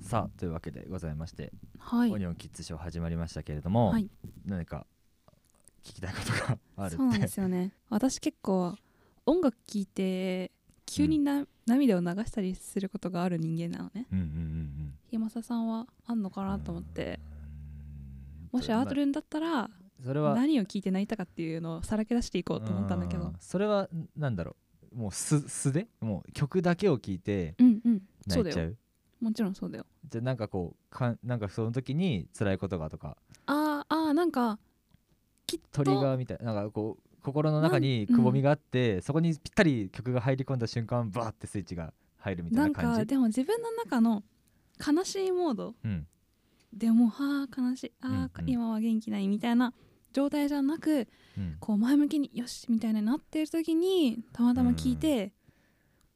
さあというわけでございまして、はオいニオンキッズショー始まりましたけれども、はい何か聞きたいことがあるそうなんっでてすよね私結構音楽聴いて急にな、涙を流したりすることがある人間なのねうんうんうんひまささんはあんのかうんなと思ってうんもしアートまルンだったらあそれは何を聴いて泣いたかっていうのをさらけ出していこうと思ったんだけうどそれはなんだろうもう素素でもう曲だけを聞いてうんうん泣そういだちゃようもちろんそうだよじゃあなんかこうかんなんかその時に辛いことがとかあーあーなんかきっトとリガーみたいななんかこう心の中にくぼみがあって、そこにぴったり曲が入り込んだ瞬間バーってスイッチが入るみたないなん感じかでも自分の中の悲しいモードうんでもうはあ悲しいあー、うんうん今は元気ないみたいな状態じゃなくうん、こう前向きによしみたいになってる時にたまたま聞いて、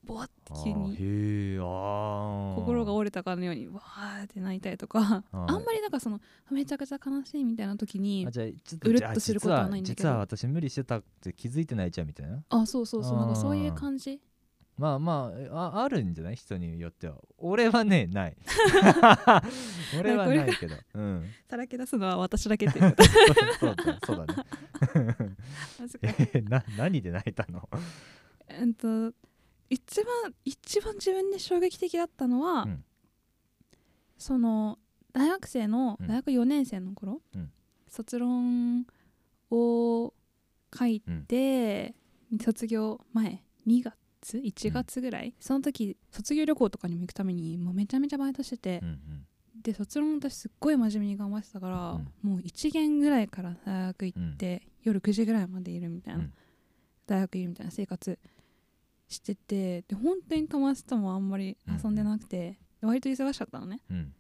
ボワって急あにーへえあー心が折れたかのようにわーって泣いたりとかああーんまりなんかそのめちゃくちゃ悲しいみたいな時にあじゃあちょっうるっじゃあとすることはないんだけ実どは実は私無理してたって気づいて泣いちゃうみたいなあそうそうそうなんかそういうあー感じまあまあえああるんじゃない人によっては俺はねない 俺はないけどうんさらけ出すのは私だけっていう そうだそうだね恥ずかしいえな何で泣いたのうんと一番一番自分で衝撃的だったのは、うんその大学生のうん大学4年生の頃、うん卒論を書いて、卒業前2月1月ぐらい、その時卒業旅行とかにも行くためにもうめちゃめちゃバイトしててう、んで卒論私すっごい真面目に頑張ってたから、うんもう1限ぐらいから大学行うんうんって、夜9時ぐらいまでいるみたいな、うん大学いるみたいな生活しててで本当に友達ともあんまり遊んでなくて、割と忙しかったのねっうん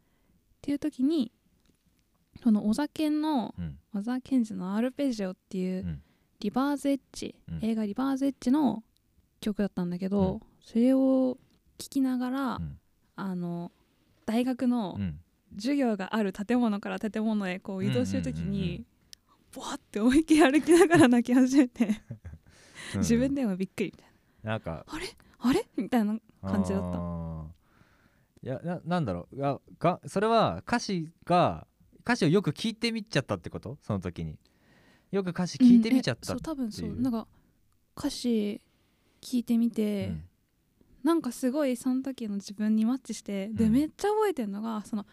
ていう時にその小沢健のうん小沢健二の「アルペジオ」っていう、うんリバーズエッジ、うん映画「リバーズエッジ」の曲だったんだけど、それを聴きながら、うんあの大学の、うん授業がある建物から建物へこう移動してる時うんうんうんうんにボワって思いっきり歩きながら泣き始めて自分ででもびっくりみたいなんかなあれみたいな感じだったあーいやななんだろうががそれは歌詞が歌詞をよく聞いてみちゃったってことその時によく歌詞聞いてみちゃったうんえそう多分そってういうなんか歌詞聞いてみて、うんなんかすごいその時の自分にマッチして、うでんめっちゃ覚えてるのがその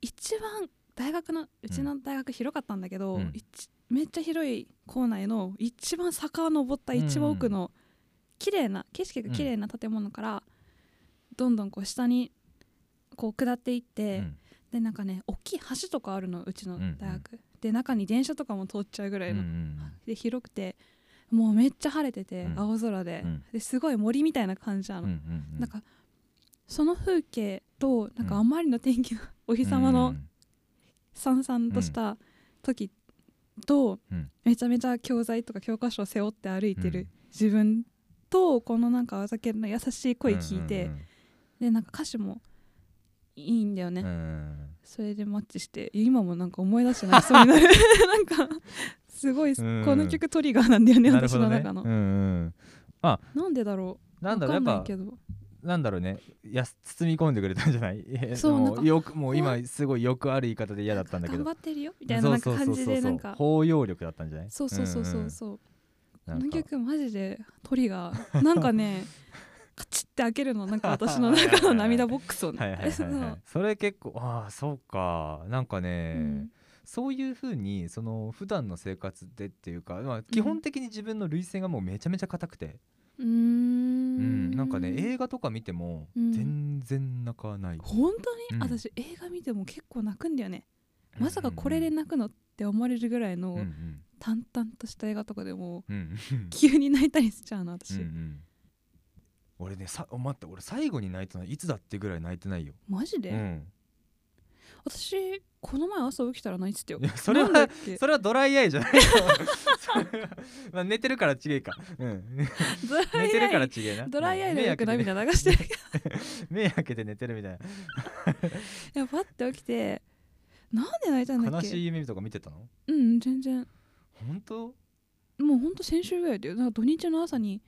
一番大学のうちの大学広かったんだけど、うん一めっちゃ広い校内の一番坂を登った一番奥の綺麗な景色が綺麗な建物からどんどんこう下にこう下っていって、うんでなんかね大きい橋とかあるのうちの大うんうん学、で中に電車とかも通っちゃうぐらいうの、んうんで広くてもうめっちゃ晴れてて、うん青空で,、うんですごい森みたいな感じなうのんう。んうんなんかその風景となんかうんあまりの天気のお日様のさんさんとした時とうんめちゃめちゃ教材とか教科書を背負って歩いてる自分とこのなんかあざけの優しい声聞いてでなんか歌詞もいいんだようんうんうねんそれでマッチして今もなんか思い出して泣きそう になるなんかすごいこうんの曲トリガーなんだよねなる私ほどのね中のうんうんなんでだろうなわんだろうやかっんないぱけどなんだろうねいや包み込んでくれたんじゃない えそうもなんかよくもう今すごいよくある言い方で嫌だったんだけ頑ど張ってるよみたいななんか感じでなんか包容力だったんじゃないそうそうそうそんんうそうなこんのか曲マジでト リガーなんかねカチッて開けるのなんか私の中の涙ボックスをねはいはいはい、 そはのい、それ結構ああそうかなんかね、うんそういうふうにその普段の生活でっていうか、まあ、基本的に自分の涙腺がもうめちゃめちゃ硬くて、うーうんんなんかね映画とか見てもうん全然泣かない、本当に、うん私映画見ても結構泣くんだよね、まさかこれで泣くのって思われるぐらいうんうのん淡々とした映画とかでもうん うん急に泣いたりしちゃうのう私、んうん俺ねさ待って俺最後に泣いたのはいつだってぐらい泣いてないよ、マジうで、ん、私この前朝起きたら泣いてたよいやそれはなん でってそれはドライアイじゃないよ それはまあ寝てるから違えか、うん、寝ドライアイてるから違えなドライアイでうんよく涙流してる けど目開けて寝てるみたいいやパッて起きてなんで泣いたんだな悲っけしい夢とか見てたのうん全然本当もうほんと先週ぐらいだよなんか土日の朝に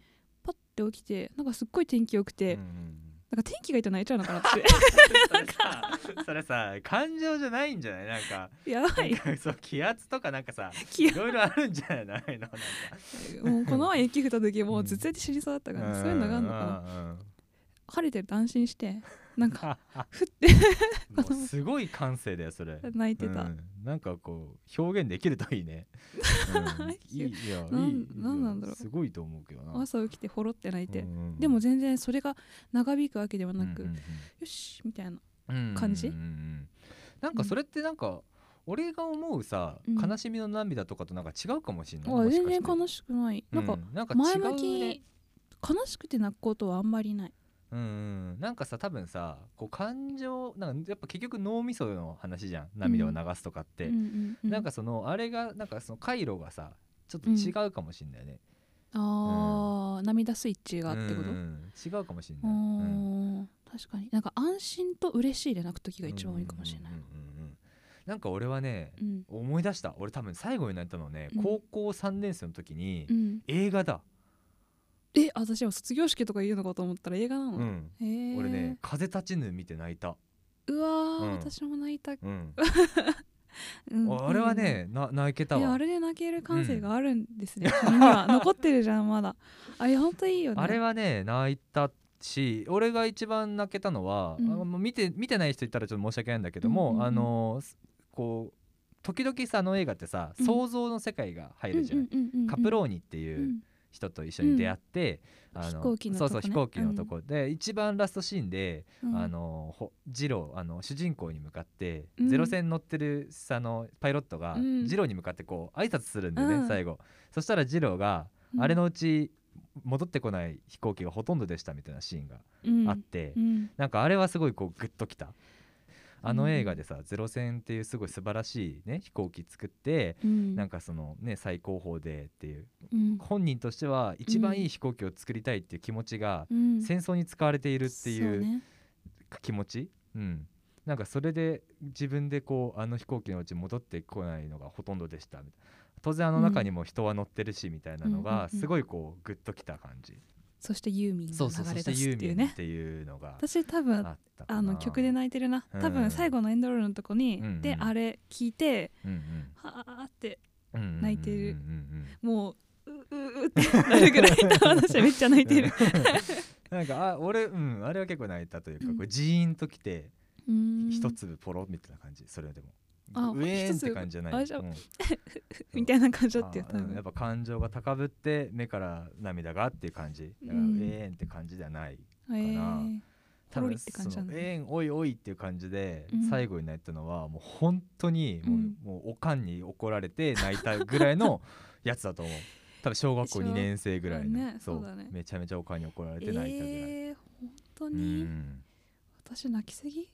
パッて起きてなんかすっごい天気良くて、 うんなんか天気がいいと泣いちゃうのかなってそれさそれさ感情じゃないんじゃないなんか やばいなんかそう気圧とかなんかさ気いろいろあるんじゃないのああいうのなんかもうこの前雪降った時もう頭痛で死にそうだったから、そういうのがあるのかなな晴れてると安心してなんか降って もうすごい感性だよ それ泣いてた、うんなんかこう表現できるといい ね、うんいいいやなんいいなんなんだろうすごいと思うけどな朝起きてほろって泣いて、うんうんでも全然それが長引くわけではなく、うんうんよしみたいなうん感じうんうんうんなんかそれってなんか、俺が思うさ、うん悲しみの涙とかとなんか違うかもしれないあもし全かして然悲しくない、なんうかなんか違う前向きねに悲しくて泣くことはあんまりないうんうん、なんかさ多分さこう感情なんかやっぱ結局脳みその話じゃん涙を流すとかって、うんうんうなんかそのあれがなんかその回路がさちょっと違うかもしれないね、あー、涙スイッチがってこと、うんうあん違うかもしれあない、うんー確かになんか安心と嬉しいで泣く時が一番多いかもしれないうんうんうんうんなんか俺はねう、ん思い出した俺多分最後になったのね、うん高校3年生の時に、うん映画だ、え私は卒業式とか言うのかと思ったら映画なの、うんへー俺ね「風立ちぬ」見て泣いた、うわー、うん私も泣いた、うん、うん、あれはね、な泣けたいやわあれで泣ける感性があるんですね、君には残ってるじゃんまだあれ本当いいよねあれはね泣いたし俺が一番泣けたのは、うんあもう見て見てない人いたらちょっと申し訳ないんだけども、うんうんうんあのーすこう時々さあの映画ってさ、うん想像の世界が入るじゃん,、うんうんうんうんカプローニっていうう、ん人と一緒に出会って、あ飛行機のとこそねうそう飛行機のとこで、一番ラストシーンで、うんあのほジローあの主人公に向かって、うんゼロ戦乗ってるあのパイロットが、うんジローに向かってこう挨拶するんでね、うん最後そしたらジローが、あれのうち戻ってこない飛行機がほとんどでしたみたいなシーンがうんあって、うんなんかあれはすごいこうグッときた。あの映画でさ「ゼロ戦」っていうすごい素晴らしい、ね、飛行機作って、うんなんかその、ね、最高峰でっていううん本人としては一番いい飛行機を作りたいっていう気持ちがうん戦争に使われているってそいうね気持ち、うん、なんかそれで自分でこうあの飛行機のうち戻ってこないのがほとんどでしたみたいな当然あの中にも人は乗ってるしみたいなのうんうんうんがうんすごいこうグッときた感じ、そしてユーミンそうそうがそ流れして出すユっーていミうンっねていうのが私多あ分ったかなあの曲で泣いてるなうん多分最後のエンドロールのとこに、うんうんであれ聞いてうんはあってうんうんうんうんうん泣いてるうんうんもううううってなるぐらい私はめっちゃ泣い てるうんなんかあ俺うんあれは結構泣いたというかこううんジーンときてうん一粒ポロみたいな感じそれでもあうえーんって一粒感じじゃないあじゃあうん みたいな感じだったよあ多うんやっ分ぱ感情が高ぶって目から涙がっていう感じだからううんえーんって感じじゃないえー多ポロリ分って感じそなんのだえーねんおいおいっていう感じでうん最後になったのはもう本当にもう,、うんもうおかんに怒られて泣いたぐらいの やつだと思う多分小学校でしょ2年生ぐらいの、ねそうだねめちゃめちゃおかんに怒られえて泣いたぐらい、ー本当うに、ん私泣きすぎ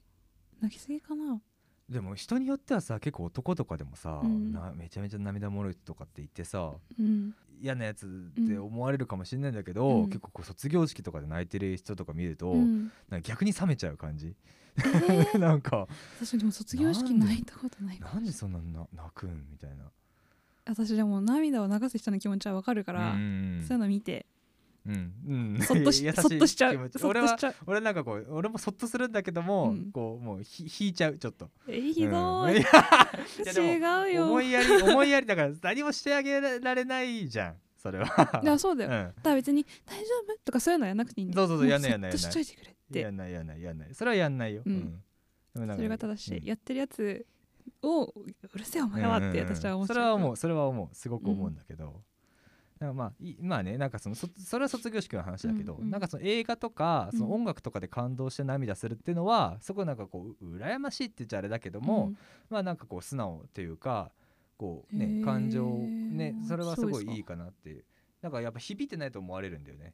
泣きすぎかなでも人によってはさ結構男とかでもさ、うんなめちゃめちゃ涙もろいとかって言ってさ、うん嫌なやつって思われるかもしれないんだけど、うん結構こう卒業式とかで泣いてる人とか見ると、うんなんか逆に冷めちゃう感じ、えー なんか私でも卒業式なんで泣いたことないなんでそんなな泣くんみたいな私でも涙を流す人の気持ちはわかるから、うんそういうの見 てうんうんそっと し優いそっとしちゃ気う持ちそっ俺としはちゃう俺なんかこう俺もそっとするんだけども、うんこうもうひ引いちゃうちょっとえーひどうんいい、やでも違うやよ思いやり思いやりだから何もしてあげられないじゃんそれはいやそうだうよ、んだから別に「大丈夫?」とかそういうのはやらなくていいんだよそうそうそうもやんないやんないそっとしといてくれやってんないやんないやんないそれはやんないよ、うんでもなんかそれが正しい、うんやってるやつを「うるせえお前は」って私は思っちそゃれは思うそれは思うすごく思うんだけど、だからまあいまあねなんかそのそそれは卒業式の話だけど、うんうんなんかその映画とかうんその音楽とかで感動して涙するっていうのは、すごいなんかこうう羨ましいって言っちゃあれだけども、まあなんかこう素直というかこうねへー感情をねそれはすそごうですかいいいかなっていうなんかやっぱ響いてないと思われるんだよね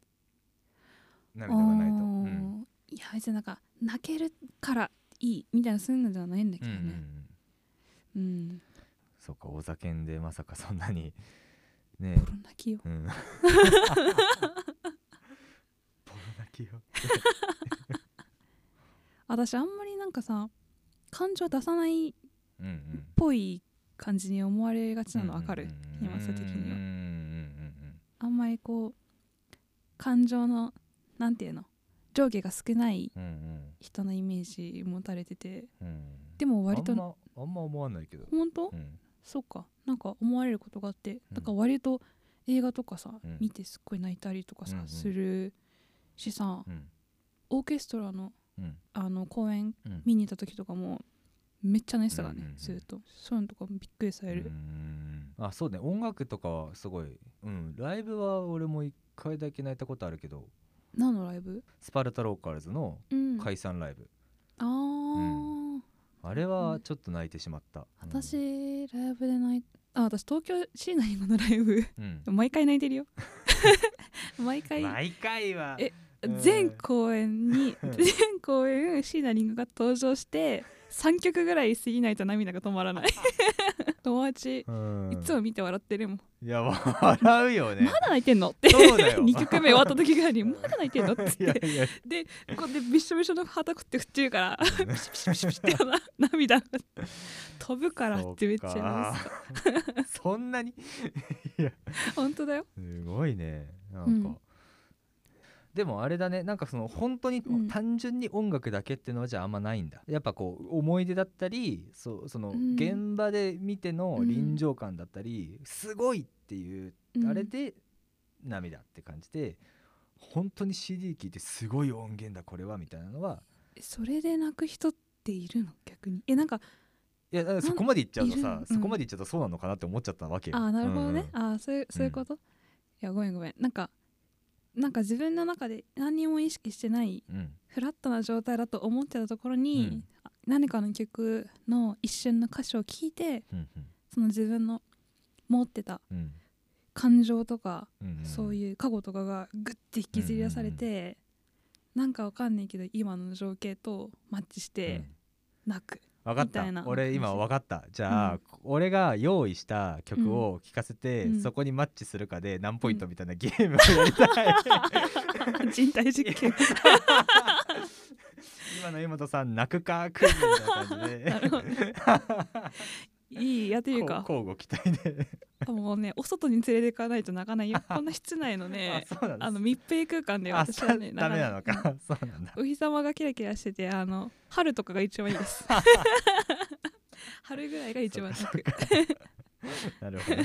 涙がないと。うんあーいや別になんか泣けるからいいみたいなそういうのではないんだけうんうんうどねんうん、そうかお酒んでまさかそんなにねボロ泣きようんボロ泣きよ。私あんまりなんかさ感情出さないっうんうん。ぽい感じに思われがちなのわかる、山下的にはうんうんあんまりこう感情のなんていうの上下が少ないうんうん人のイメージ持たれててうんでも割とあんまあんま思わないけど、本当、うん、そうかなんか思われることがあってだから割と映画とかさ、うん見てすっごい泣いたりとかさ、うんうんするしさうんオーケストラのうんあの公演うん見に行った時とかもめっちゃ泣いてたからうんうんねうんずっとそういうのとかもびっくりされうるんあそうね音楽とかはすごいうんライブは俺も一回だけ泣いたことあるけど何のライブスパルタローカールズのうんあ解散ライブ、あー、んあれうはんちょっと泣いてしまった、うん、私ライブで泣いあ私東京シーナリンゴのライブうん、毎回泣いてるよ 毎回毎回はえうん全公演にうん全公演椎名林檎が登場して3曲ぐらい過ぎないと涙が止まら ない友達うんいつも見て笑ってるもん、いや笑うよねまだ泣いてんのってそうだよ2曲目終わった時ぐらいにまだ泣いてんのっつっいやていやでこうでびしょびしょの旗こって振ってるからピシピシピシピシってな涙が飛ぶからってめっちゃ言いますそっかそんなに本当だよすごいねなんか、うんでもあれだねなんかその本当にうん単純に音楽だけっていうのはじゃああんまないんだ、やっぱこう思い出だったりそうそのうん現場で見てのうん臨場感だったり、すごいっていう、うんあれで涙って感じで本当に CD 聴いてすごい音源だこれはみたいなのはそれで泣く人っているの逆にえなんかいやだからそこまでいっちゃうといさる、うんそこまでいっちゃうとそうなのかなって思っちゃったわけよ。ああなるほどね、うんああそういうそういうこと、いやごめんごめんなんかなんか自分の中で何にも意識してないうんうんフラットな状態だと思ってたところうにん、あ何かの曲の一瞬の歌詞を聞いてうんその自分の持ってたうん感情とか、うんうんそういう過去とかがグッて引きずり出されて、なんかわかんないけど今の情景とマッチしうてん泣く、分かっみたたいな俺今感じ分かったじゃあ、うん俺が用意した曲を聴かせて、うんそこにマッチするかで何ポイントみたいなゲームをやり たい、人体実 験今の江本さん泣くかクイズみたいな感じで なるほどいいやっていうかこう交互期待でもうねお外に連れていかないと泣かないよこんな室内のねあそうなんですあの密閉空間ではあ私はねそうダメなの泣かいかそうなんだお日様がキラキラしててあの春とかが一番いいです 春ぐらいが一番そ泣うくかそうかなるほど